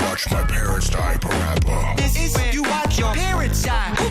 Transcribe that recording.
watch my parents die, Parappa. This is when you watch your parents die.